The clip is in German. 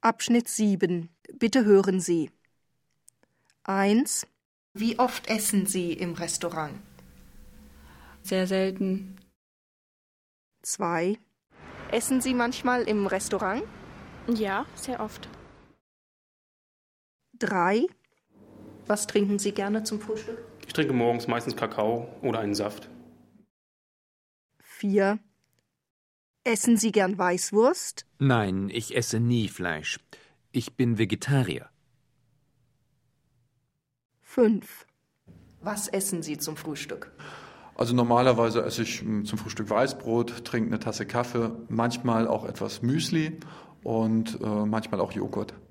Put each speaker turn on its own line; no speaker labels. Abschnitt 7. Bitte hören Sie. 1,
Wie oft essen Sie im Restaurant?
Sehr selten.
2. Essen Sie manchmal im Restaurant?
Ja, sehr oft.
3. Was trinken Sie gerne zum Frühstück?
Ich trinke morgens meistens Kakao oder einen Saft.
4. Essen Sie gern Weißwurst?
Nein, ich esse nie Fleisch. Ich bin Vegetarier.
5.
Was essen Sie zum Frühstück?
Also normalerweise esse ich m, zum Frühstück Weißbrot, trinke eine Tasse Kaffee, manchmal auch etwas Müsli und äh, manchmal auch Joghurt.